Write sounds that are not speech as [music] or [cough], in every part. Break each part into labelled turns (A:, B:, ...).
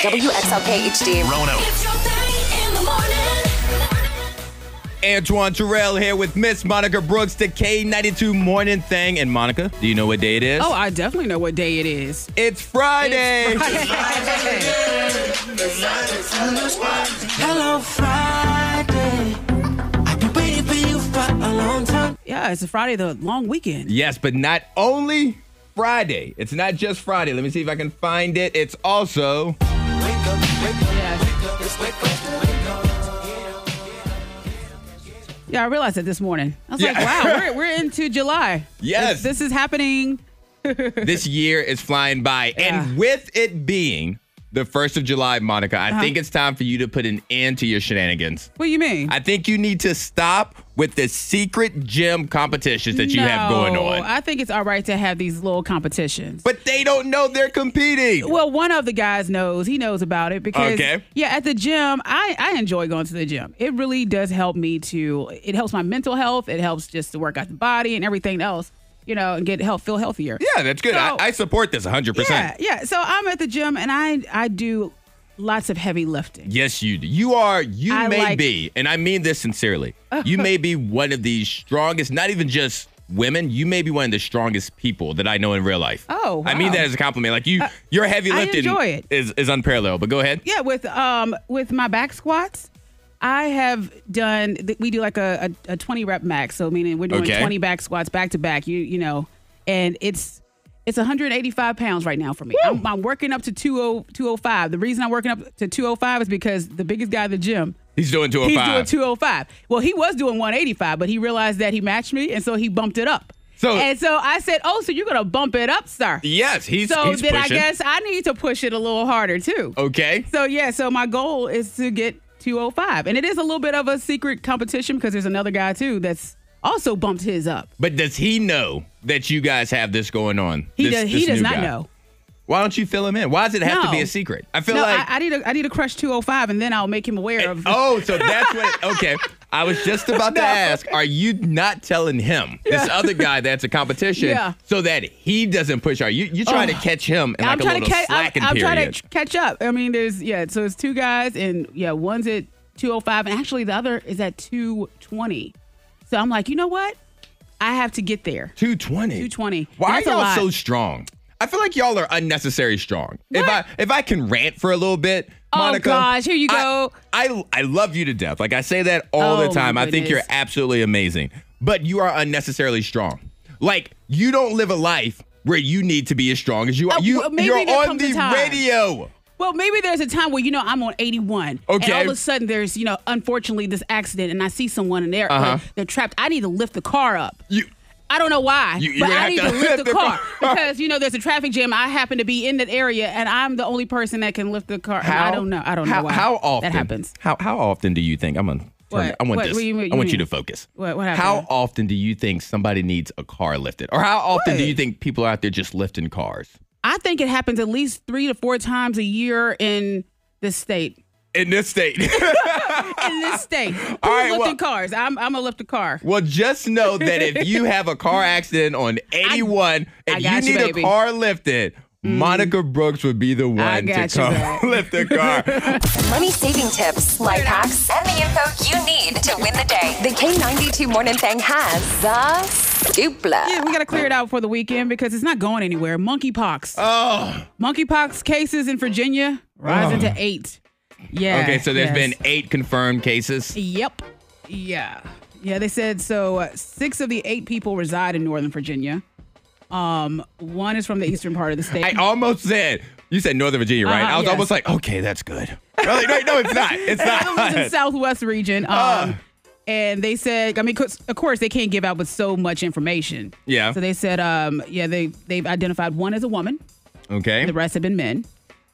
A: WXLK HD.
B: Rono.
C: It's your thing in the morning.
D: Antoine Terrell here with Miss Monica Brooks, the K92 Morning Thing. And Monica, do you know what day it is?
E: Oh, I definitely know what day it is.
D: [laughs] it's Friday.
E: It's Friday.
F: Hello Friday. I've been waiting for you for a long time.
E: yeah, it's a Friday, the long weekend.
D: Yes, but not only Friday. It's not just Friday. Let me see if I can find it. It's
E: [laughs]
D: also
E: Yeah, yeah I realized that this morning. I was like,
D: Yeah.
E: wow,
D: [laughs]
E: we're, we're into July.
D: Yes.
E: This, this is happening.
D: this year is flying by.
E: Yeah.
D: And with it being the 1st of July, Monica,
E: Uh-huh.
D: I think it's time for you to put an end to your shenanigans.
E: What do you mean?
D: I think you need to stop with the secret gym competitions that you have going
E: No,
D: on.
E: I think it's all right to have these little competitions.
D: but they don't know they're competing.
E: Well, one of the guys knows. He knows about it because
D: Okay.
E: yeah, at the gym, I I enjoy going to the gym. It really does help me to it helps my mental health, it helps just to work out the body and everything else, you know, and get help feel healthier.
D: yeah, that's good.
E: So-
D: I, I support this 100%.
E: Yeah, yeah. So I'm at the gym and I I do lots of heavy lifting.
D: Yes, you do. You are, you
E: I
D: may
E: like-
D: be, and I mean this sincerely, you may be one of the strongest, not even just women, you may be one of the strongest people that I know in real life.
E: Oh,
D: I mean
E: wow. Uh,
D: that as a compliment. Like you, your heavy
E: I
D: lifting
E: enjoy it.
D: is is unparalleled, but go ahead.
E: Yeah, with um with my back squats, I have done th- we do like a, a, a 20 rep max, so meaning we're doing
D: Okay.
E: 20 back squats back to back, you you know, and it's it's 185 pounds right now for me. I'm, I'm working up to oh, 20, 205. The reason I'm working up to 205 is because the biggest guy at the gym,
D: He's doing
E: he's
D: 205.
E: doing 205. Well, he was doing 185, but he realized that he matched me, and so he bumped it up.
D: So-
E: and so I said, "Oh, so you're gonna bump it up, sir?"
D: Yes, he's,
E: So
D: he's
E: then
D: pushing. Oh,
E: I guess I need to push it a little harder too.
D: Okay.
E: So yeah, so my goal is to get 205. And it is a little bit of a secret competition because there's another guy too that's also bumped his up.
D: But does he know that you guys have this going on?
E: He
D: This-
E: does he
D: this
E: does
D: new
E: not
D: guy?
E: know.
D: Why don't you fill him in? Why does it have to be
E: No.
D: a secret? I feel
E: no,
D: like
E: I, I need to I need to crush 205 and then I'll make him aware of
D: [laughs] Oh, so that's what. Okay, I was just about to
E: [laughs] No.
D: ask: Are you not telling him this other guy that's a competition,
E: [laughs] Yeah. Oh.
D: so that he doesn't push? Are you you trying to catch him in like
E: I'm
D: a
E: trying
D: little
E: to catch I'm,
D: slacking
E: I'm
D: period?
E: trying to catch up. I mean, there's yeah, so it's two guys and yeah, one's at 205 and actually the other is at 220. So I'm like, "You know what? I have to get there."
D: 220.
E: 220.
D: Why
E: That's a
D: are y'all
E: lot.
D: so strong? I feel like y'all are unnecessary strong. If I if I can rant for a little bit,
E: Oh,
D: Monica.
E: gosh, here you
D: I-
E: go.
D: I I love you to death. Like I say that all
E: Oh,
D: the
E: my
D: time. I think you're
E: goodness.
D: absolutely amazing, but you are unnecessarily strong. Like you don't live a life where you need to be as strong as you are.
E: Uh,
D: you
E: well, maybe
D: you're
E: there
D: on
E: comes a
D: the
E: time.
D: radio.
E: Well, maybe there's a time where you know I'm on 81,
D: Okay.
E: and all of a sudden there's you know unfortunately this accident, and I see someone and they're
D: Uh-huh.
E: they're trapped. I need to lift the car up.
D: You
E: I don't know why,
D: You- you're
E: but
D: gonna
E: I
D: have
E: need
D: to
E: to, lift the, car,
D: car.
E: because you know there's a traffic jam. I happen to be in that area, and I'm the only person that can lift the car. And I don't know. I don't
D: how,
E: know why.
D: How often
E: that happens?
D: How how often do you think I'm on?
E: What?
D: I want
E: What-
D: this.
E: what you- what
D: I
E: you
D: want you to
E: mean?
D: focus.
E: What- what
D: how
E: happened?
D: often do you think somebody needs a car lifted, or how often do
E: What?
D: you think people are out there just lifting cars
E: I think it happens at least three to four times a year in this state.
D: in this state? [laughs]
E: In this state, who's
D: All right, well-
E: lifting cars? I'm I'm gonna lift the car.
D: well, just know that if you have a car accident
E: [laughs]
D: on 81
E: I
D: and you
E: got you,
D: need a
E: baby. Mm.
D: car lifted, Monica Brooks would be the one to
E: got you, babe.
D: come [laughs] lift the
E: [laughs]
D: car.
A: Money saving tips, life hacks, and the info you need to win the day. The K92 Morning Thing has the scoopla.
E: Yeah, we gotta clear it out for the weekend because it's not going anywhere. Monkeypox.
D: oh,
E: Monkeypox cases in Virginia rising to eight. Yeah.
D: okay. So
E: there's
D: there's been eight confirmed cases.
E: Yep. Yeah. Yeah. They said so. Uh, six of the eight people reside in Northern Virginia. Um, one is from the eastern part of the state.
D: I oh almost said you said Northern Virginia, right?
E: Uh-huh,
D: I was
E: yes.
D: almost like, okay, that's good. Really? No, no, it's not.
E: [laughs]
D: It's
E: The other one's in
D: not.
E: Southwest region. Um,
D: Uh.
E: and they said, I mean, 'cause, of course, they can't give out with so much information.
D: Yeah.
E: So they said, um, yeah, they they've identified one as a woman.
D: Okay.
E: The rest have been men.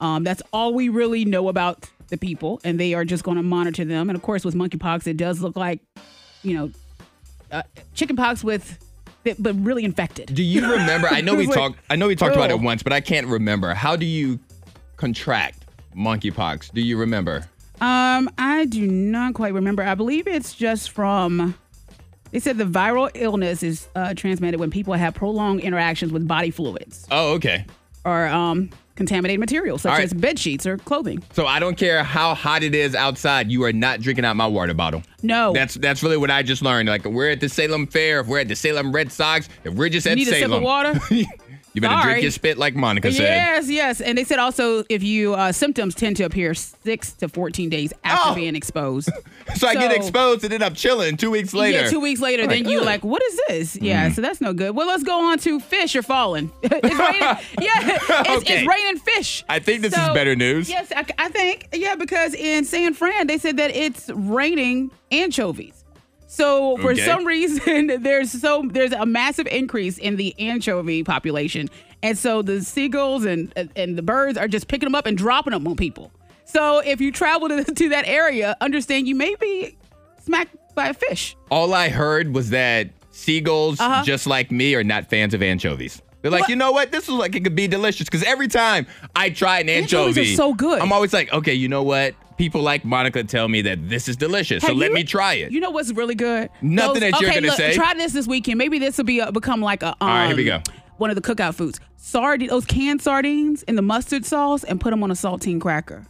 E: Um, that's all we really know about the people, and they are just going to monitor them. And of course, with monkeypox, it does look like, you know, uh, chickenpox with, but really infected.
D: Do you remember? [laughs] I know we
E: It's like,
D: talked. I know we talked about it
E: ugh.
D: once, but I can't remember. How do you contract monkeypox? Do you remember?
E: Um, I do not quite remember. I believe it's just from. They said the viral illness is uh, transmitted when people have prolonged interactions with body fluids
D: Oh, okay.
E: or um, contaminated materials such
D: All right.
E: as bed sheets or clothing.
D: So I don't care how hot it is outside, you are not drinking out my water bottle.
E: No.
D: That's that's really what I just learned. Like we're at the Salem Fair, if we're at the Salem Red Sox, if we're just at
E: need a sip
D: Salem.
E: of water?
D: [laughs] you better
E: Sorry.
D: drink your spit like Monica said.
E: Yes, yes. And they said also if you uh, symptoms tend to appear six to fourteen days after
D: Oh.
E: being exposed.
D: So, I get
E: So-
D: exposed and then I'm chilling two weeks later.
E: Yeah, two weeks later,
D: Like,
E: then you
D: ugh. Mm-hmm.
E: like, what is this? Yeah, so that's no good. Well, let's go on to fish are falling. [laughs] it's
D: [laughs]
E: raining. Yeah, it's,
D: Okay.
E: it's raining fish.
D: I think this is better news.
E: Yes, I, I think yeah because in San Fran they said that it's raining anchovies. So for
D: Okay.
E: some reason [laughs] there's so there's a massive increase in the anchovy population, and so the seagulls and and the birds are just picking them up and dropping them on people. So if you travel to, [laughs] to that area, understand you may be smacked by a fish.
D: All I heard was that seagulls, just like me, are not fans of anchovies. They're like,
E: Uh-huh. What?
D: you know what? This is like it could be delicious because every time I try an
E: Anchovies
D: anchovy,
E: are so good.
D: I'm always like, okay, you know what? People like Monica tell me that this is delicious, so
E: Have
D: let
E: you-
D: me try it.
E: You know what's really good?
D: Nothing that you're
E: okay,
D: gonna
E: look,
D: say.
E: Try this this weekend. Maybe this will be a, become like a. Um,
D: right, here we go.
E: One of the cookout foods: sardine, those canned sardines in the mustard sauce, and put them on a saltine cracker.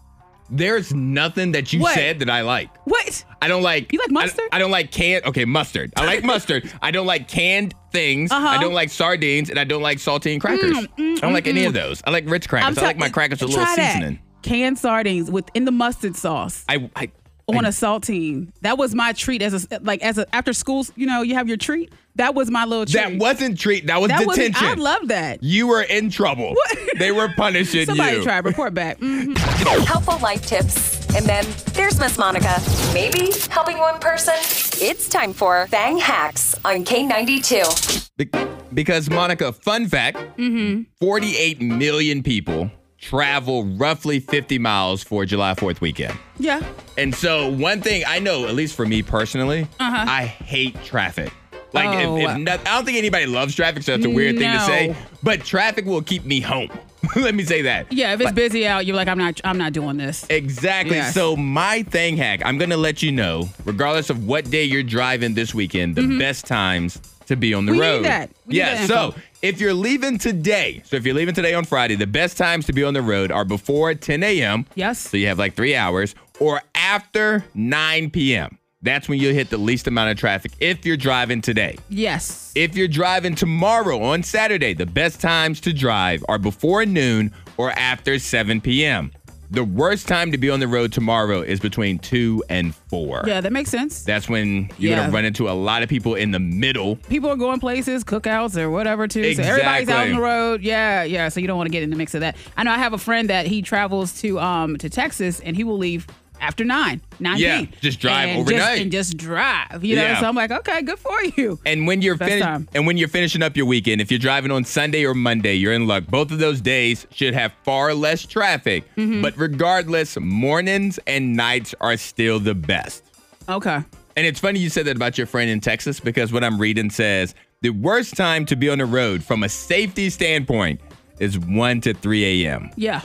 D: There's nothing that you
E: What?
D: said that I like.
E: What?
D: I don't like.
E: You like
D: I-
E: mustard?
D: I, don't like canned. Okay, mustard. I
E: [laughs]
D: like mustard. I don't like canned things.
E: Uh-huh. Mm,
D: I don't like sardines, and I don't like saltine crackers. I don't like any of those. I like Ritz crackers. I like my
E: telling-
D: crackers with a
E: try
D: little
E: that.
D: seasoning.
E: Canned sardines with in the mustard sauce.
D: I, I
E: on a saltine. That was my treat as a like as a after school. You know, you have your treat. That was my little treat.
D: that wasn't treat. That was
E: that was
D: detention.
E: I love that.
D: You were in trouble. They were punishing
E: Somebody
D: you.
E: try report back. Mhm.
A: Helpful life tips. And then there's Miss Monica. Maybe helping one person. It's time for Bang Hacks on K92.
D: Be- because Monica, fun fact:
E: Mm-hmm.
D: 48 million people travel roughly 50 miles for July 4th weekend.
E: Yeah.
D: And so one thing I know, at least for me personally, I hate traffic. Like
E: Uh-huh. Oh.
D: if, if not, I don't think anybody loves traffic, so that's a weird thing to say.
E: No.
D: But traffic will keep me home. [laughs] Let me say that.
E: Yeah, if it's busy out, you're like, I'm not, I'm not doing this.
D: Exactly.
E: Yes.
D: So my thing hack, I'm gonna let you know, regardless of what day you're driving this weekend, the best times to be on the
E: Mm-hmm. We need
D: road.
E: that. We need
D: yeah.
E: that
D: so
E: info.
D: if you're leaving today, so if you're leaving today on Friday, the best times to be on the road are before 10 a.m.
E: Yes.
D: So you have like three hours, or after 9 p.m. That's when you'll hit the least amount of traffic if you're driving today.
E: Yes.
D: If you're driving tomorrow on Saturday, the best times to drive are before noon or after 7 p.m. The worst time to be on the road tomorrow is between 2 and 4.
E: Yeah, that makes sense.
D: That's when you're going
E: Yeah.
D: to run into a lot of people in the middle.
E: People are going places, cookouts or whatever too. So everybody's out
D: Exactly.
E: on the road. Yeah, yeah. So you don't want to get in the mix of that. I know I have a friend that he travels to um to Texas and he will leave after nine, nine
D: Yeah,
E: p.m.
D: just drive
E: and
D: overnight.
E: just, and just drive. You know.
D: Yeah.
E: So I'm like, okay, good for you.
D: And when you're
E: Best
D: finished
E: time.
D: and when you're finishing up your weekend, if you're driving on Sunday or Monday, you're in luck. Both of those days should have far less traffic.
E: Mm-hmm.
D: But regardless, mornings and nights are still the best.
E: Okay.
D: And it's funny you said that about your friend in Texas because what I'm reading says the worst time to be on the road from a safety standpoint is 1 to 3 a.m.
E: Yeah.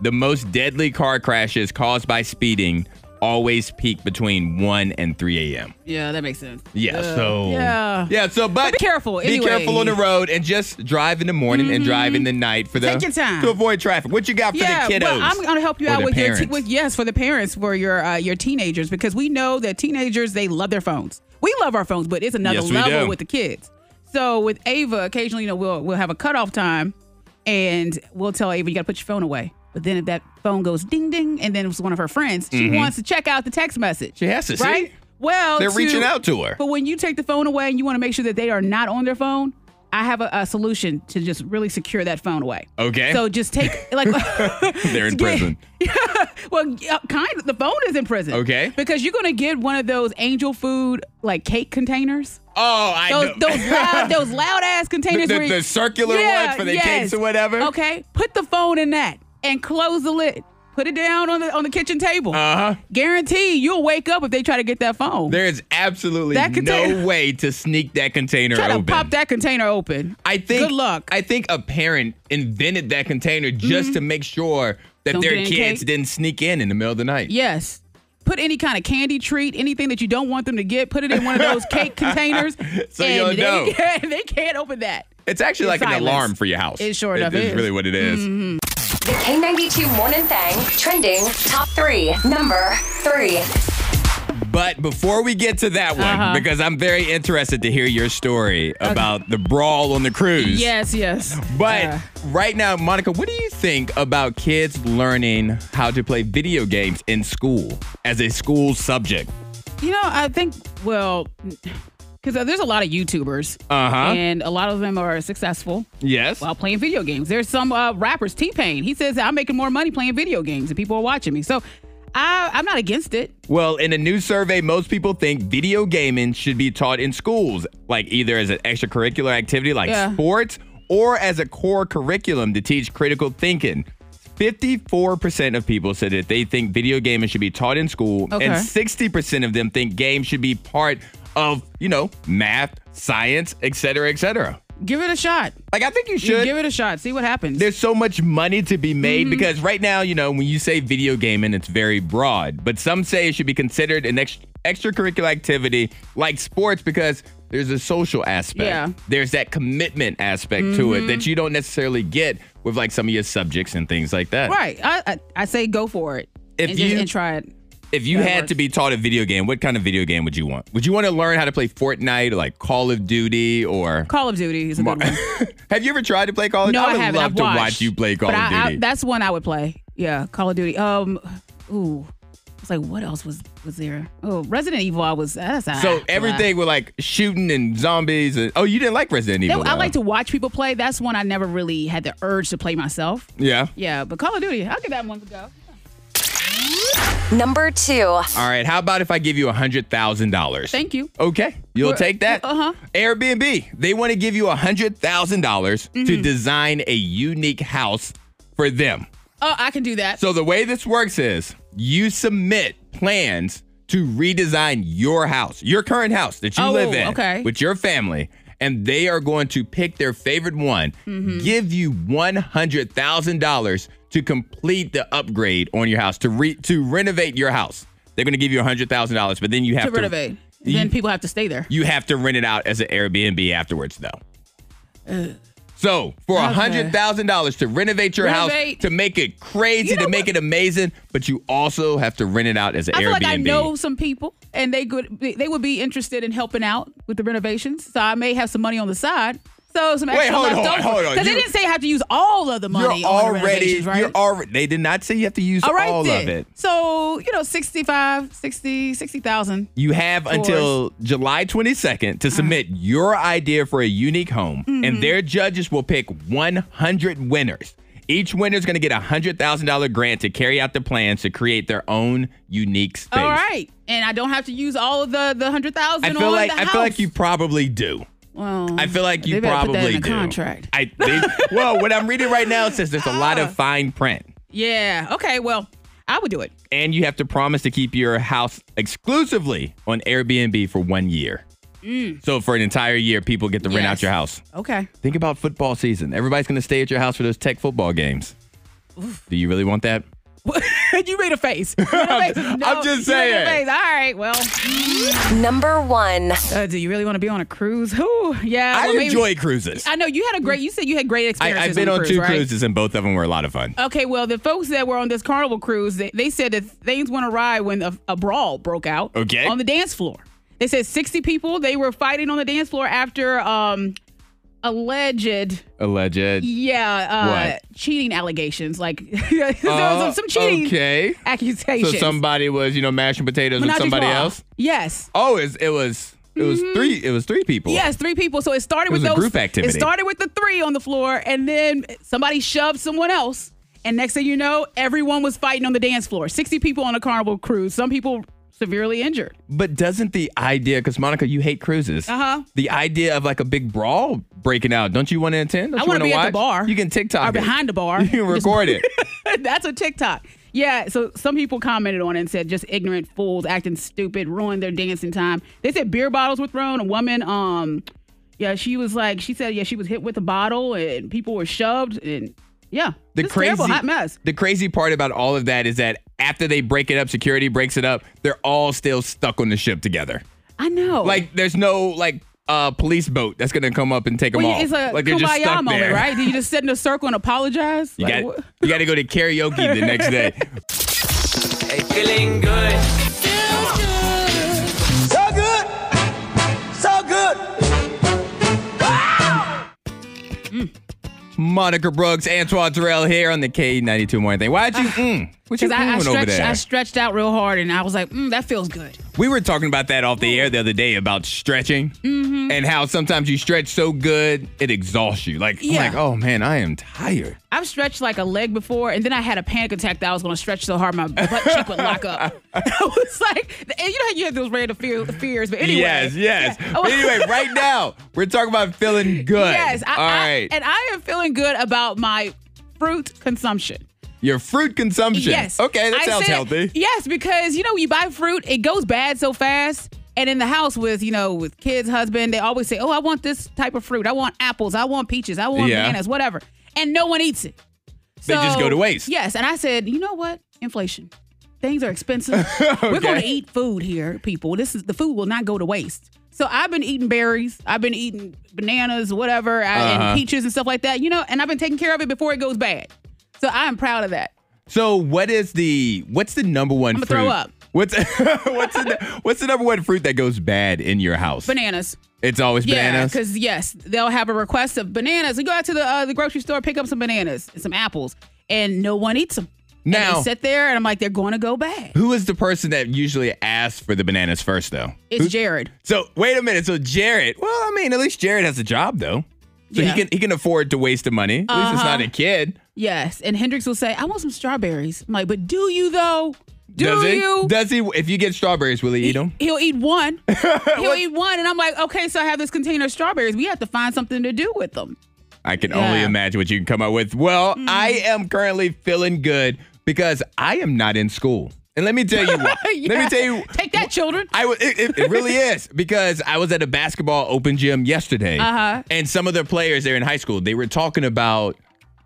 D: The most deadly car crashes caused by speeding always peak between 1 and 3 a.m.
E: Yeah, that makes sense.
D: Yeah,
E: Ugh.
D: so
E: yeah.
D: yeah, so but,
E: be careful
D: Be careful
E: anyway. Mm-hmm.
D: on the road and just drive in the morning and drive in the night for the
E: Take your time.
D: to avoid traffic. What you got for
E: yeah,
D: the kiddos?
E: well, I'm going to help you
D: Or
E: out
D: the
E: with your te-
D: parents?
E: with yes for the parents for your uh, your teenagers because we know that teenagers they love their phones. We love our phones, but it's another
D: Yes, we do.
E: level with the kids. So with Ava, occasionally you know we'll we'll have a cutoff time, and we'll tell Ava you got to put your phone away. But then if that phone goes ding ding, and then it's one of her friends, she wants to check out the text message.
D: Mm-hmm. She has to, see?
E: right? Well,
D: They're
E: to-
D: reaching out to her.
E: But when you take the phone away and you want to make sure that they are not on their phone, I have a, a solution to just really secure that phone away.
D: Okay.
E: So
D: [laughs]
E: just take like
D: [laughs]
E: [laughs]
D: They're in
E: get-
D: prison.
E: well, yeah, kind of. The phone is in prison.
D: Okay.
E: Because you're gonna get one of those angel food like cake containers.
D: Oh, I
E: Those
D: know.
E: those
D: [laughs]
E: loud those loud ass containers.
D: The- the-
E: where you-
D: the circular ones for the cakes or whatever?
E: Okay. Put the phone in that and close the lid. Put it down on the on the kitchen table.
D: Uh-huh.
E: Uh huh. Guarantee you'll wake up if they try to get that phone.
D: There is absolutely
E: That container- [laughs]
D: no way to sneak that container
E: try to
D: open.
E: pop that container open.
D: I think
E: Good luck. Mm-hmm.
D: I think a parent invented that container just to make sure that
E: Don't
D: their
E: get any
D: kids
E: cake.
D: didn't sneak in in the middle of the night.
E: Yes. Put any kind of candy treat, anything that you don't want them to get, put it in one
D: [laughs]
E: of those cake containers.
D: So you'll
E: [laughs] and
D: know.
E: They can't, they can't open that.
D: It's actually
E: In
D: like an
E: silence.
D: alarm for your house.
E: It sure enough
D: is
E: is. Mm-hmm.
D: really what it is.
A: The K92 Morning Thang trending top three. Number three.
D: But before we get to that one,
E: Uh-huh.
D: because I'm very interested to hear your story about the brawl on the cruise.
E: Yes, yes.
D: But
E: Uh,
D: right now, Monica, what do you think about kids learning how to play video games in school as a school subject?
E: you know, I think well, because there's a lot of YouTubers,
D: Uh huh.
E: and a lot of them are successful
D: Yes.
E: while playing video games. There's some uh, rappers, T Pain. He says I'm making more money playing video games, and people are watching me. So I, I'm not against it.
D: Well, in a new survey, most people think video gaming should be taught in schools, like either as an extracurricular activity like
E: Yeah.
D: sports or as a core curriculum to teach critical thinking. 54% of people said that they think video gaming should be taught in school,
E: Okay.
D: and 60% of them think games should be part of, you know, math, science, et cetera, et cetera.
E: Give it a shot.
D: Like, I think you
E: You
D: should
E: give it a shot. See what happens.
D: there's so much money to be made
E: Mm-hmm.
D: because right now, you know, when you say video gaming, it's very broad. But some say it should be considered an ex- extracurricular activity like sports because there's a social aspect.
E: Yeah. Mm-hmm.
D: There's that commitment aspect to it that you don't necessarily get with like some of your subjects and things like that.
E: right. I, I I say go for it.
D: If
E: and, just-
D: you-
E: and try it.
D: If you
E: That
D: had
E: works.
D: to be taught a video game, what kind of video game would you want? Would you want to learn how to play Fortnite or like Call of Duty or
E: Call of Duty is a good
D: [laughs]
E: one.
D: Have you ever tried to play Call of Duty?
E: No, I,
D: would
E: haven't.
D: love
E: I've
D: to
E: watched,
D: watch you play Call
E: but
D: of Duty.
E: I, I, that's one I would play. Yeah, Call of Duty. Um, ooh, it's like what else was was there? Oh, Resident Evil. I was that's a-
D: So everything with like shooting and zombies. And, oh, you didn't like Resident
E: Yeah,
D: Evil.
E: I
D: though.
E: like to watch people play. That's one I never really had the urge to play myself.
D: Yeah.
E: Yeah, but Call of Duty, I'll give that one a go.
A: Number two.
D: All right. How about if I give you a hundred thousand dollars?
E: Thank you.
D: Okay, you'll
E: We're-
D: take that.
E: uh-huh.
D: Airbnb. They want to give you a hundred dollars to
E: Mm-hmm.
D: design a unique house for them.
E: Oh, I can do that.
D: So the way this works is you submit plans to redesign your house, your current house that you
E: Oh,
D: live in
E: okay.
D: with your family, and they are going to pick their favorite one,
E: Mm-hmm.
D: give you one hundred thousand dollars to complete the upgrade on your house to re- to renovate your house. They're going to give you hundred thousand dollars, but then you have
E: to
D: to,
E: renovate,
D: you-
E: then people have to stay there.
D: You have to rent it out as an Airbnb afterwards, though. So for a
E: Okay.
D: hundred thousand dollars to renovate your
E: Renovate.
D: house to make it crazy,
E: You know
D: to make it amazing, but you also have to rent it out as an Airbnb.
E: I feel like I know some people, and they could they would be interested in helping out with the renovations. So I may have some money on the side. So some extra
D: hold on,
E: left over.
D: hold on.
E: 'Cause they
D: You-
E: didn't say I have to use all of the money.
D: You're
E: on the
D: already.
E: renovations, right?
D: You're already. They did not say you have to use
E: all right
D: all
E: then.
D: of it.
E: So you know, 65, 60, 60,000.
D: You have until July 22nd
E: Ah.
D: to submit your idea for a unique home,
E: Mm-hmm.
D: and their judges will pick 100 winners. Each winner is going to get a $100,000 grant to carry out the plans to create their own unique space.
E: All right, and I don't have to use all of the the hundred thousand.
D: I feel
E: on
D: like
E: the
D: I feel like
E: house.
D: you probably do.
E: Well,
D: I feel like
E: they
D: you
E: better
D: probably
E: put that in the
D: do.
E: contract. Ah.
D: I they, well, what I'm reading right now says there's a lot
E: [laughs]
D: of fine print.
E: yeah. Okay. Well, I would do it.
D: and you have to promise to keep your house exclusively on Airbnb for one year. So for an entire year, people get to rent out
E: Mm. Yes.
D: your house.
E: Okay. [laughs]
D: Think about football season. Everybody's going to stay at your house for those tech football games. Do you really want
E: Uh,
D: that?
E: you made
D: [laughs]
E: a face. You made a face. No,
D: just
E: you made a
D: saying.
E: face. All right. Well,
A: Number one.
E: uh, do you really want to be on a cruise? Who? Yeah.
D: I
E: well, maybe-
D: enjoy cruises.
E: I know you had a great. You said you had great
D: I,
E: experiences.
D: I've been
E: on,
D: on,
E: the cruise,
D: two
E: right?
D: cruises, and both of them were a lot of fun.
E: Okay, well, the folks that were on this carnival cruise, they, they said that things went awry when a, a brawl broke out.
D: Okay.
E: On the dance floor, they said sixty people they were fighting on the dance floor after um alleged
D: Alleged.
E: yeah uh
D: What? Oh,
E: cheating allegations. Like [laughs] there was some, some cheating
D: Okay. So
E: accusations.
D: somebody was, you know, mashing potatoes
E: Menage
D: with
E: a
D: somebody
E: trois.
D: else.
E: Yes.
D: Oh, it was it was, it was
E: Mm-hmm.
D: three. It was three people.
E: Yes, three people. So it started
D: It was
E: with
D: a
E: those
D: group activity.
E: It started with the three on the floor, and then somebody shoved someone else, and next thing you know, everyone was fighting on the dance floor. Sixty people on a carnival cruise. Some people severely injured. [laughs]
D: But doesn't the idea, because Monica, you hate cruises,
E: Uh-huh.
D: the idea of like a big brawl breaking out, don't you want to attend? Don't
E: I
D: you
E: want to be
D: watch?
E: at the bar.
D: You can TikTok
E: or
D: it.
E: behind the
D: [laughs]
E: bar.
D: You can record
E: [laughs]
D: it.
E: That's a TikTok. Yeah, so some people commented on it and said just ignorant fools acting stupid ruined their dancing time. They said beer bottles were thrown. A woman, um, yeah, she was like, she said, yeah, she was hit with a bottle and people were shoved and yeah,
D: The
E: just
D: crazy
E: terrible hot mess.
D: The crazy part about all of that is that after they break it up, security breaks it up. They're all still stuck on the ship together.
E: I know.
D: Like there's no like uh, police boat that's gonna come up and take them
E: Well,
D: all.
E: you- it's a
D: like they're just
E: kumbaya
D: stuck
E: moment,
D: there.
E: right? Do you just sit in a circle and apologize?
D: You
E: Like,
D: got,
E: what-
D: you got to go to karaoke the next
E: [laughs]
D: day.
B: Hey, feeling good.
F: So good. So good.
D: Mm. Monica Brooks, Antoine Terrell here on the K92 Morning Thing. Why'd you? mm, what you
E: Because
D: doing
E: I, I,
D: over
E: stretched,
D: there?
E: I stretched out real hard and I was like, mm, that feels good.
D: we were talking about that off the air the other day about stretching
E: Mm-hmm.
D: and how sometimes you stretch so good it exhausts you. Like,
E: Yeah.
D: I'm like, oh man, I am tired.
E: I've stretched like a leg before, and then I had a panic attack that I was going to stretch so hard
D: [laughs]
E: my butt cheek would lock up. [laughs] I was like, and you know how you have those random fear, fears, but anyway.
D: yes, yes.
E: Yeah. Oh,
D: But
E: [laughs]
D: anyway, right now we're talking about feeling good.
E: Yes, I,
D: All
E: I-
D: right.
E: and I am feeling good about my fruit consumption.
D: Your fruit consumption.
E: Yes.
D: Okay, that
E: I
D: sounds
E: said-
D: healthy.
E: Yes, because you know when you buy fruit, it goes bad so fast. And in the house with you know with kids, husband, they always say, "Oh, I want this type of fruit. I want apples. I want peaches. I want
D: Yeah.
E: bananas. Whatever." And no one eats it.
D: They just
E: So-
D: go to waste.
E: Yes, and I said, you know what? Inflation. Things are expensive.
D: [laughs]
E: We're going to eat food here, people. This is the food will not go to waste. So I've been eating berries. I've been eating bananas, whatever, I,
D: Uh-huh.
E: and peaches and stuff like that. You know, and I've been taking care of it before it goes bad. So I am proud of that.
D: So what is the what's the number one
E: I'ma
D: fruit?
E: throw up.
D: What's [laughs] what's the what's the number one fruit that goes bad in your house?
E: Bananas.
D: It's always
E: Yeah,
D: bananas.
E: because yes, they'll have a request of bananas. We go out to the uh, the grocery store, pick up some bananas and some apples, and no one eats them. And
D: Now-
E: they sit there, and I'm like, they're going to go bad.
D: Who is the person that usually asks for the bananas first though?
E: It's
D: Who-
E: Jared.
D: So wait a minute. So Jared, well, I mean, at least Jared has a job though. So
E: Yeah. Uh-huh.
D: he can he can afford to waste the money. At least it's not a kid.
E: Yes, and Hendrix will say, "I want some strawberries." I'm like, "But do you though? Do
D: Does he?
E: you?"
D: Does he if you get strawberries, will he eat them?
E: He'll eat one.
D: [laughs]
E: He'll eat one, and I'm like, "Okay, so I have this container of strawberries. We have to find something to do with [laughs] them."
D: I can only
E: Yeah. Hmm.
D: imagine what you can come up with. Well, I am currently feeling good because I am not in school. And let me tell you
E: [laughs]
D: why. Let me
E: Yeah.
D: tell you
E: Take that, children.
D: I was. It, it- it
E: [laughs]
D: really is because I was at a basketball open gym yesterday,
E: Uh-huh.
D: and some of the players there in high school they were talking about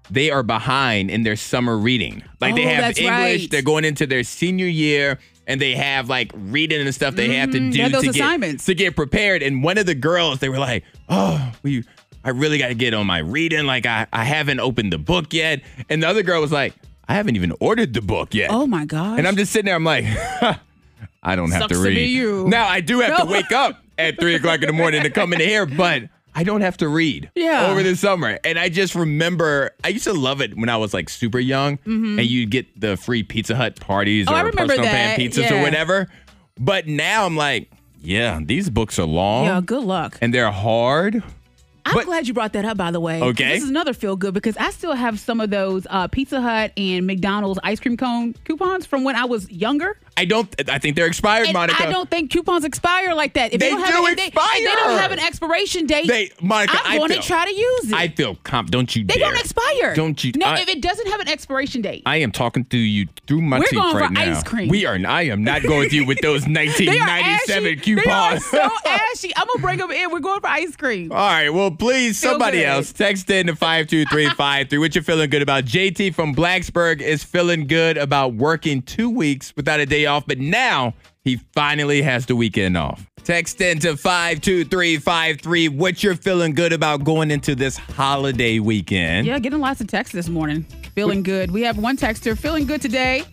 D: they are behind in their summer reading. Like they
E: Oh,
D: have
E: that's
D: English,
E: right.
D: they're going into their senior year, and they have like reading and stuff they have to do
E: yeah, Mm-hmm. those
D: to
E: assignments.
D: get to get prepared. And one of the girls, they were like, "Oh, we." I really got to get on my reading. Like, I, I haven't opened the book yet. And the other girl was like, I haven't even ordered the book yet.
E: oh my gosh!
D: And I'm just sitting there, I'm like, [laughs] I don't have
E: Sucks
D: to
E: to
D: read.
E: be you.
D: Now I do have to
E: No.
D: wake up at three o'clock in the morning to come in here, but I don't have to read
E: Yeah.
D: over the summer. And I just remember I used to love it when I was like super young and you'd get the free Pizza Hut parties
E: Mm-hmm. Oh, I
D: or
E: remember
D: personal pan
E: that.
D: pizzas or
E: Yeah.
D: whatever. But now I'm like, yeah, these books are long
E: yeah, good luck.
D: and they're hard.
E: I'm
D: But-
E: glad you brought that up, by the way. 'cause
D: Okay.
E: This is another feel good because I still have some of those uh, Pizza Hut and McDonald's ice cream cone coupons from when I was younger.
D: I don't I think they're expired,
E: And
D: Monica.
E: I don't think coupons expire like that. If
D: They
E: don't have
D: do
E: an- if They, if they
D: expire.
E: don't have an expiration date.
D: They- Monica, I
E: I'm going
D: feel-
E: to try to use it.
D: I feel comp don't you
E: they
D: dare.
E: don't expire.
D: Don't you
E: No,
D: I-
E: if it doesn't have an expiration date.
D: I am talking to you through my
E: We're
D: teeth
E: going
D: right
E: for
D: now.
E: ice cream.
D: We are. I am not going to you with
E: [laughs]
D: those
E: they are
D: 1997
E: ashy. They are
D: coupons. [laughs]
E: so ashy. I'm gonna bring them in. We're going for ice cream.
D: All right. Well, please,
E: Feel
D: somebody
E: good.
D: else text in to five two three five three. What you're feeling good about? JT from Blacksburg is feeling good about working two weeks without a day off, but now he finally has the weekend off. Text in to five two three five three. What you're feeling good about going into this holiday weekend?
E: Yeah, getting lots of texts this morning. Feeling good. We have one texter feeling good today.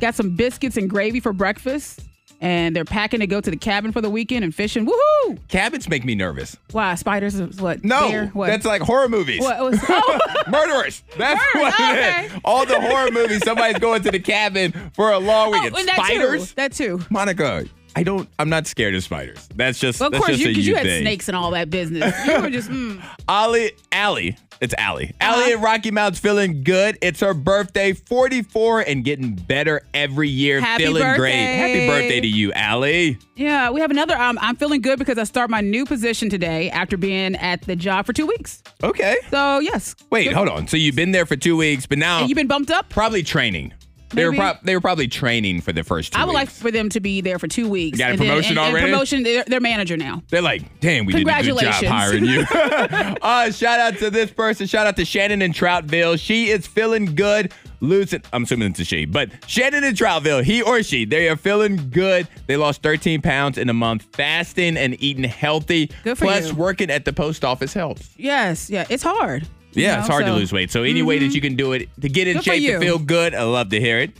E: Got some biscuits and gravy for breakfast. And they're packing to go to the cabin for the weekend and fishing. Woohoo!
D: Cabins make me nervous.
E: Why? Spiders? is What?
D: No,
E: Bear? What?
D: that's like horror movies.
E: What? was- oh. [laughs]
D: Murderers. That's
E: Murderers,
D: what it
E: okay.
D: is. All the horror movies, somebody's going to the cabin for a long
E: Oh,
D: weekend.
E: and that
D: spiders?
E: too. That too.
D: Monica, I don't I'm not scared of spiders. That's just
E: Well, of
D: that's
E: course,
D: just
E: you
D: a
E: because you, had
D: thing.
E: snakes and all that business. You were just mm.
D: Ollie Allie. It's Allie.
E: Uh-huh.
D: Allie at Rocky Mount's feeling good. It's her birthday, 44, and getting better every year.
E: Happy
D: feeling great.
E: birthday.
D: Happy birthday to you, Allie.
E: yeah. We have another. Um, I'm feeling good because I start my new position today after being at the job for two weeks.
D: Okay.
E: So yes,
D: Wait, hold on. So you've been there for two weeks, but now
E: and you've been bumped up.
D: probably training. They were
E: maybe?
D: prob- they were probably training for the first two.
E: I would like
D: weeks.
E: for them to be there for two weeks.
D: got a
E: and then-
D: promotion
E: and- and
D: already?
E: promotion, they're, they're manager now.
D: They're like, damn, we did a good job
E: Congratulations.
D: hiring
E: [laughs]
D: you. [laughs] uh, shout out to this person. Shout out to Shannon in Troutville. She is feeling good. Losing, I'm assuming it's a she, but Shannon in Troutville, he or she, they are feeling good. They lost 13 pounds in a month fasting and eating healthy.
E: Good for
D: Plus,
E: you.
D: working at the post office helps.
E: Yes, yeah, it's hard. you
D: Yeah,
E: know,
D: it's hard to
E: so- Mm-hmm.
D: lose weight. So any way that you can do it to get in
E: Good for
D: shape to
E: you.
D: feel good, I love to hear it.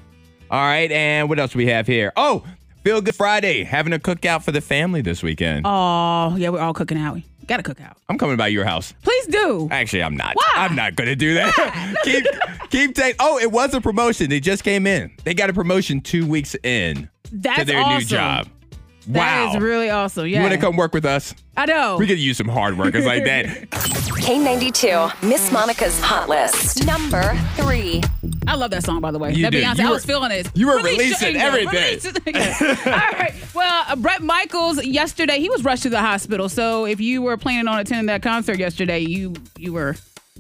D: All right, and what else we have here? Oh, Feel Good Friday, having a cookout for the family this weekend.
E: Oh, yeah, we're all cooking out. Got to cook out.
D: I'm coming by your house.
E: Please do.
D: Actually, I'm not.
E: Why?
D: I'm not gonna do that. [laughs] keep keep taking. Oh, it was a promotion. They just came in. They got a promotion two weeks in to
E: That's
D: their new
E: awesome.
D: job.
E: That
D: wow.
E: is really awesome. Yeah.
D: You want to come work with us?
E: I know.
D: We could use some hard workers like
E: [laughs]
D: that.
A: K92, Miss Monica's Hot List. Number three.
E: I love that song, by the way.
D: You
E: that
D: do.
E: Beyonce,
D: You
E: I
D: were-
E: was feeling it.
D: you were
E: Release
D: releasing
E: your anger.
D: everything.
E: Release
D: [laughs]
E: it. All right. Well, uh, Brett Michaels yesterday he was rushed to the hospital. So if you were planning on attending that concert yesterday, you you were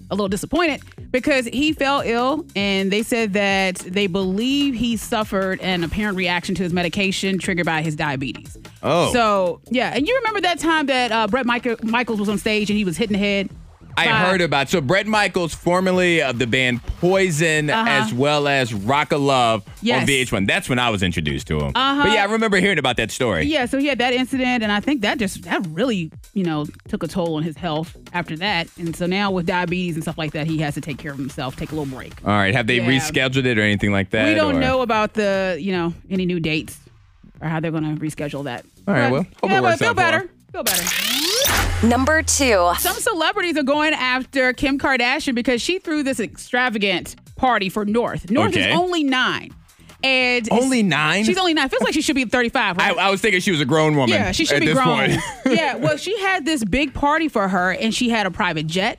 E: a little disappointed because he fell ill, and they said that they believe he suffered an apparent reaction to his medication triggered by his diabetes.
D: Oh.
E: So yeah, and you remember that time that uh, Brett Michael- Michaels was on stage and he was hitting the head.
D: I
E: by-
D: heard about so Brett Michaels, formerly of the band Poison, as well as Rock of Love on
E: Uh-huh. Yes.
D: VH1. That's when I was introduced to him. Uh-huh. But yeah, I remember hearing about that story.
E: Yeah, so he had that incident, and I think that just that really you know took a toll on his health after that, and so now with diabetes and stuff like that, he has to take care of himself, take a little break.
D: All right, have they
E: Yeah.
D: rescheduled it or anything like that?
E: we don't
D: or-
E: know about the you know any new dates or how they're going to reschedule that.
D: All right,
E: But-
D: well, hope it
E: yeah,
D: works
E: but feel
D: out for
E: better.
D: him.
E: Feel better.
A: Number two.
E: Some celebrities are going after Kim Kardashian because she threw this extravagant party for North. North
D: Okay.
E: is only nine, and
D: Only nine?
E: She's only nine. Feels like she should be thirty-five. Right?
D: I, I was thinking she was a grown woman.
E: Yeah, she should
D: at
E: be
D: this
E: grown. [laughs]
D: Point. [laughs]
E: yeah, well, she had this big party for her, and she had a private jet,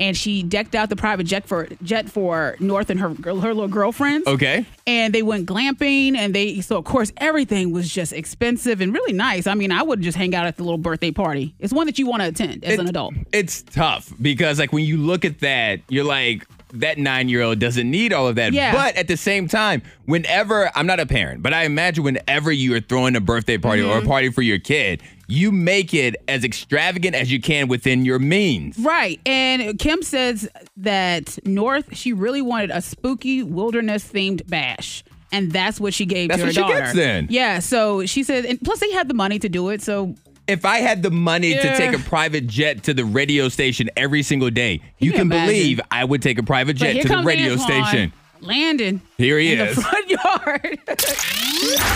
E: and she decked out the private jet for jet for North and her her little girlfriends.
D: Okay.
E: And they went glamping, and they so of course everything was just expensive and really nice. I mean, I would just hang out at the little birthday party. It's one that you want to attend as an
D: It-
E: adult.
D: It's tough because like when you look at that, you're like that nine year old doesn't need all of that.
E: Yeah.
D: But at the same time, whenever I'm not a parent, but I imagine whenever you are throwing a birthday party or
E: Mm-hmm.
D: a party for your kid, you make it as extravagant as you can within your means.
E: Right. And Kim says that North, she really wanted a spooky wilderness themed bash. And that's what she gave
D: That's
E: to her
D: what she
E: daughter.
D: gets then.
E: Yeah. So she said, and plus they had the money to do it. So
D: If I had the money to
E: Yeah.
D: take a private jet to the radio station every single day, you,
E: can
D: can,
E: imagine.
D: believe I would take a private
E: but
D: jet
E: here
D: to the
E: comes
D: radio
E: Antoine
D: station.
E: Landon.
D: Here he
E: in
D: is.
E: The front yard.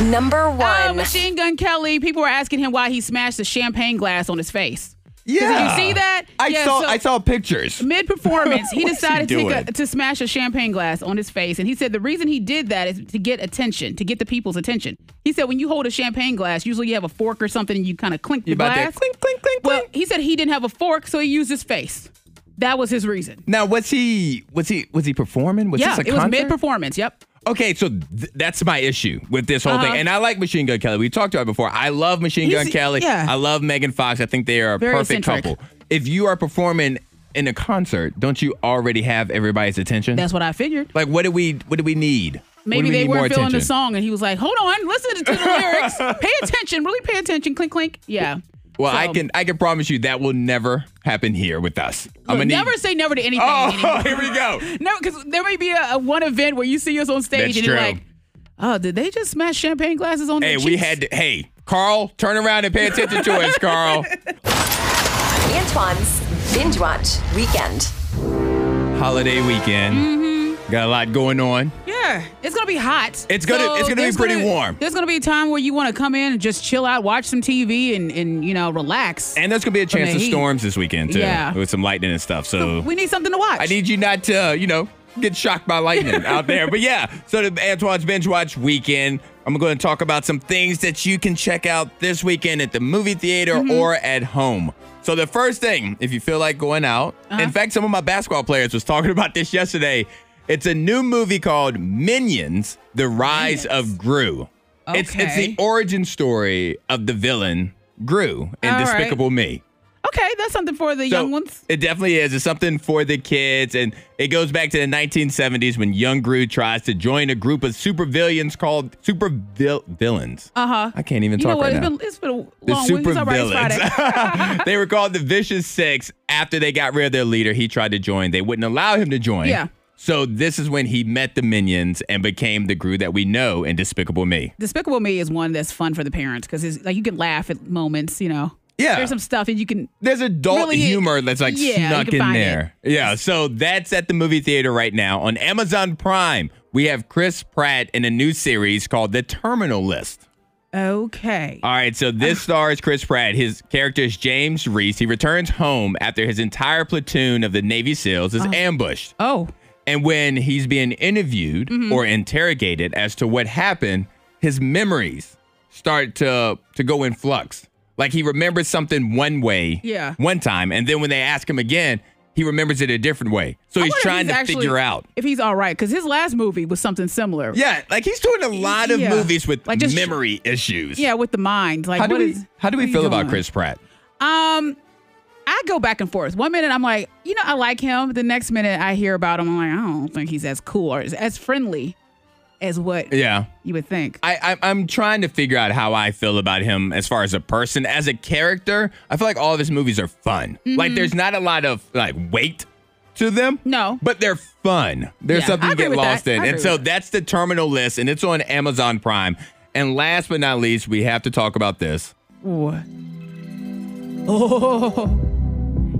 A: Number
E: [laughs] oh,
A: one.
E: Machine Gun Kelly. People were asking him why he smashed the champagne glass on his face.
D: Yeah.
E: see that?
D: I
E: Yeah,
D: saw
E: so-
D: I saw pictures. [laughs]
E: Mid performance, he
D: What is he
E: decided to,
D: doing?
E: take a, to smash a champagne glass on his face. And he said the reason he did that is to get attention, to get the people's attention. He said when you hold a champagne glass, usually you have a fork or something and you kind of clink the
D: You about
E: glass.
D: that clink clink clink
E: Well,
D: clink.
E: he said he didn't have a fork, so he used his face. That was his reason.
D: Now, was he was he was he performing? Was
E: yeah,
D: this a
E: it was
D: concert?
E: mid performance. Yep.
D: okay, so th- that's my issue with this whole thing. And I like Machine Gun Kelly. We talked about it before. I love Machine
E: Uh-huh.
D: Gun
E: He's-
D: Kelly.
E: yeah.
D: I love Megan Fox. I think they are a
E: Very
D: perfect
E: eccentric.
D: couple. If you are performing in a concert, don't you already have everybody's attention?
E: That's what I figured.
D: like what do we what do we need? What do
E: Maybe
D: we
E: they
D: need more
E: weren't feeling
D: attention?
E: the song, and he was like, "Hold on, listen to the
D: [laughs]
E: lyrics. Pay attention. Really pay attention. Clink, clink. Yeah."
D: Well, I
E: So-
D: can I can promise you that will never happen here with us. I'm
E: Look,
D: gonna need-
E: never say never to anything.
D: Oh,
E: [laughs]
D: [laughs]
E: anymore.
D: here we go.
E: No, because there may be a, a one event where you see us on stage
D: That's
E: and you're
D: true.
E: like, oh, did they just smash champagne glasses on
D: Hey,
E: their
D: we
E: cheeks?"
D: had to, hey, Carl, turn around and pay attention to us, Carl.
E: [laughs]
A: Antoine's Binge Watch Weekend.
D: Holiday weekend.
E: Mm-hmm.
D: Got a lot going on.
E: Yeah, it's gonna be hot.
D: It's gonna- it's gonna be
E: there's
D: pretty warm.
E: There's gonna be a time where you want to come in and just chill out, watch some TV, and and you know relax.
D: And there's gonna be a chance
E: the
D: of
E: heat.
D: storms this weekend too,
E: Yeah.
D: with some lightning and stuff. So,
E: So we need something to watch.
D: I need you not to, uh, you know, get shocked by lightning
E: [laughs]
D: out there. But yeah, so the Antoine's binge watch weekend. I'm going to talk about some things that you can check out this weekend at the movie theater
E: Mm-hmm.
D: or at home. So the first thing, if you feel like going out,
E: Uh-huh.
D: in fact, some of my basketball players was talking [laughs] about this yesterday. It's a new movie called Minions: The Rise of Gru. It's it's the
E: Okay.
D: origin story of the villain Gru in
E: All right.
D: Despicable Me.
E: Okay, that's something for the
D: So,
E: young ones.
D: It definitely is. It's something for the kids. And it goes back to the 1970s when young Gru tries to join a group of supervillains called super villains. Uh huh. I can't even
E: Uh-huh. You
D: talk
E: know what?
D: right
E: It's
D: now.
E: been, it's been a long
D: the
E: week. It's all right. It's
D: supervillains. [laughs]
E: Friday.
D: they were called the Vicious Six. After they got rid of their leader, he tried to join. They wouldn't allow him to join.
E: Yeah.
D: So this is when he met the minions and became the Gru that we know in Despicable Me.
E: Despicable Me is one that's fun for the parents because it's like you can laugh at moments, you know.
D: Yeah.
E: There's some stuff and you can
D: There's adult
E: Really,
D: humor that's like
E: yeah, you
D: snuck
E: can
D: in
E: find
D: there. Yeah, so that's at the movie theater right now. On Amazon Prime, we have Chris Pratt in a new series called The Terminal List.
E: Okay.
D: All right, so this stars Chris Pratt. His character is James Reese. He returns home after his entire platoon of the Navy SEALs
E: Uh-huh.
D: is ambushed.
E: Oh.
D: And when he's being interviewed
E: Mm-hmm.
D: or interrogated as to what happened, his memories start to to go in flux. Like he remembers something one way,
E: Yeah.
D: one time, and then when they ask him again, he remembers it a different way. So
E: I
D: he's
E: wonder if
D: trying to
E: actually-
D: figure out.
E: if he's all right because his last movie was something similar.
D: Yeah, like he's doing a lot of
E: Yeah.
D: movies with
E: Like, just-
D: memory issues.
E: Yeah, with the mind. Like
D: How do
E: what
D: we
E: is-
D: how do we
E: what are
D: feel
E: you
D: about
E: doing?
D: Chris Pratt?
E: Um, I go back and forth. One minute I'm like, you know, I like him. The next minute I hear about him, I'm like, I don't think he's as cool or as, as friendly as what
D: Yeah.
E: you would think.
D: I, I I'm trying to figure out how I feel about him as far as a person, as a character. I feel like all of his movies are fun. Like
E: Mm-hmm.
D: there's not a lot of like weight to them.
E: No.
D: but they're fun. There's
E: Yeah,
D: something
E: I
D: you get
E: agree with
D: lost
E: that.
D: in,
E: I
D: and
E: agree
D: so
E: with
D: that's the Terminal List, and it's on Amazon Prime. And last but not least, we have to talk about this.
E: What? Oh,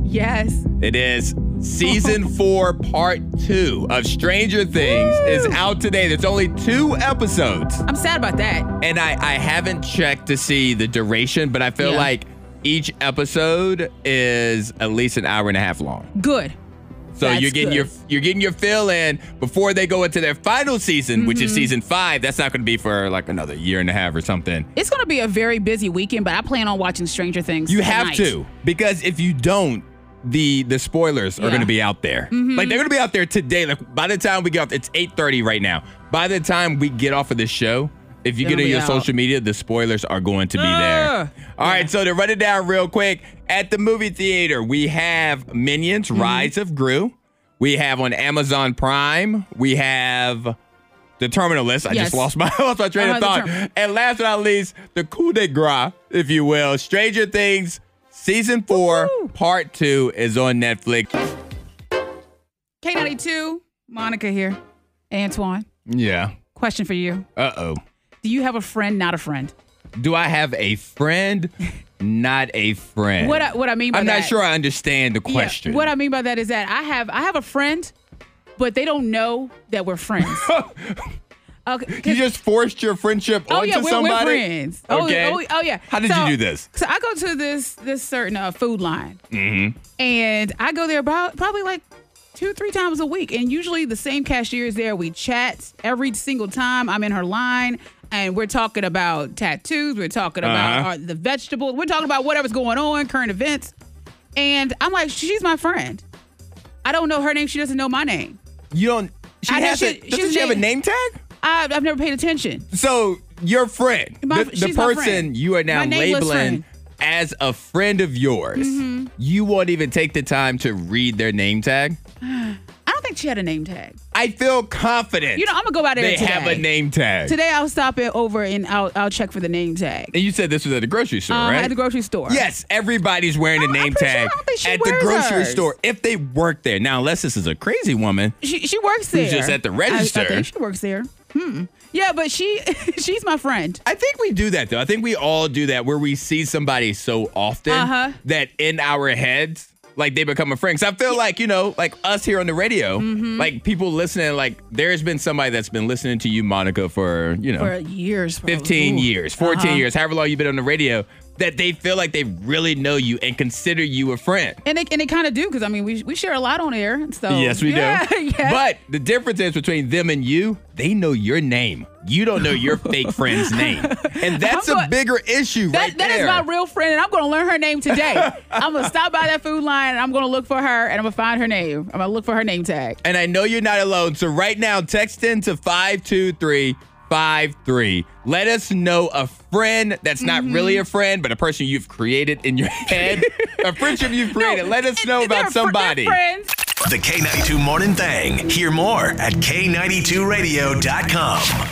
E: yes.
D: It is
E: [laughs]
D: season four, part two of Stranger Things is out today. There's only two episodes.
E: I'm sad about that.
D: and I, I haven't checked to see the duration, but I feel
E: Yeah.
D: like each episode is at least an hour and a half long.
E: Good.
D: So
E: That's
D: you're getting your
E: good.
D: you're getting your fill in before they go into their final season, which
E: Mm-hmm.
D: is season five. That's not going to be for like another year and a half or something.
E: It's gonna be a very busy weekend, but I plan on watching Stranger Things.
D: You have
E: tonight.
D: to because if you don't, the the spoilers are
E: Yeah. Mm-hmm.
D: going to be out there. Like they're going to be out there today. Like by the time we get off, it's eight thirty right now. By the time we get off of this show, if you
E: They'll
D: get on
E: be
D: your
E: out.
D: social media, the spoilers are going to be
E: Ah!
D: there. All right, so to run it down real quick, at the movie theater we have Minions:
E: Mm-hmm.
D: Rise of Gru. We have on Amazon Prime. We have. The Terminal List. I
E: Yes.
D: just lost my [laughs] lost my train
E: Uh,
D: of
E: the
D: thought.
E: term-
D: And last but not least, the coup de grace, if you will, Stranger Things season 4 part two is on Netflix.
E: K92, Monica here. Antoine,
D: Yeah.
E: question for you.
D: Uh oh.
E: Do you have a friend, not a friend?
D: Do I have a [laughs] friend? Not a friend.
E: What I, what I mean by
D: I'm not
E: that-
D: sure I understand the
E: Yeah,
D: question.
E: what I mean by that is that I have I have a friend, but they don't know that
D: [laughs]
E: we're friends. okay. 'cause-
D: you just forced your friendship
E: Oh
D: onto
E: yeah, we're,
D: somebody.
E: we're friends.
D: Okay.
E: Oh, oh, oh yeah.
D: How did
E: So-
D: you do this?
E: So I go to this this certain uh, food line,
D: Mm-hmm.
E: and I go there about probably like two three times a week, and usually the same cashier is there. We chat every single time. I'm in her line. And we're talking about tattoos. We're talking about
D: Uh-huh.
E: our, the vegetables. We're talking about whatever's going on, current events. And I'm like, she's my friend. I don't know her name. She doesn't know my name.
D: You don't. She
E: I
D: has
E: just-
D: a.
E: she-
D: Doesn't
E: she's
D: she have a
E: dating-
D: name tag?
E: I, I've never paid attention.
D: So your friend,
E: My-
D: the, the
E: she's my
D: person
E: friend.
D: you are now
E: My nameless
D: labeling
E: friend. Mm-hmm.
D: as a friend of yours, you won't even take the time to read their name tag.
E: I don't think she had a name tag.
D: I feel confident.
E: You know, I'm gonna go out there
D: they
E: today.
D: have a name tag.
E: Today I'll stop it over and I'll I'll check for the name tag.
D: and you said this was at the grocery store,
E: Um,
D: right?
E: At the grocery store.
D: Yes, everybody's wearing a
E: I'm
D: name
E: pretty sure- I
D: tag
E: don't think she
D: at the
E: wears
D: grocery
E: hers.
D: store if they work there. Now, unless this is a crazy woman,
E: She she works there.
D: just at the
E: I-
D: register.
E: I, think she works there. Hmm. Yeah, but she [laughs] she's my friend.
D: I think we do that though. I think we all do that where we see somebody so often
E: Uh-huh.
D: that in our heads, like they become a friend. Cause I feel like, you know, like us here on the radio,
E: Mm-hmm.
D: like people listening, like there's been somebody that's been listening to you, Monica, for, you know,
E: For years. probably.
D: 15
E: Ooh. Uh-huh.
D: years, 14 years, however long you've been on the radio, that they feel like they really know you and consider you a friend.
E: And they and they kind of do because I mean we we share a lot on air. So
D: Yes, we
E: Oh, yeah, [laughs]
D: do.
E: yeah.
D: But the difference is between them and you, they know your name. You don't know your fake friend's
E: [laughs]
D: name. And that's
E: I'm
D: a
E: going-
D: bigger issue
E: That,
D: right
E: that is
D: there.
E: my real friend, and I'm gonna learn her name
D: [laughs]
E: today. I'm gonna stop by that food line, and I'm gonna look for her, and I'm gonna find her name. I'm gonna look for her name tag.
D: And I know you're not alone. So right now, text in to 523 853. Let us know a friend that's not
E: Mm-hmm.
D: really a friend, but a person you've created in your head, [laughs] a friendship you've created. Let us know
E: They're
D: about
E: fr- they're
D: somebody.
E: friends.
G: The K92 Morning Thing. Hear more at K92Radio.com.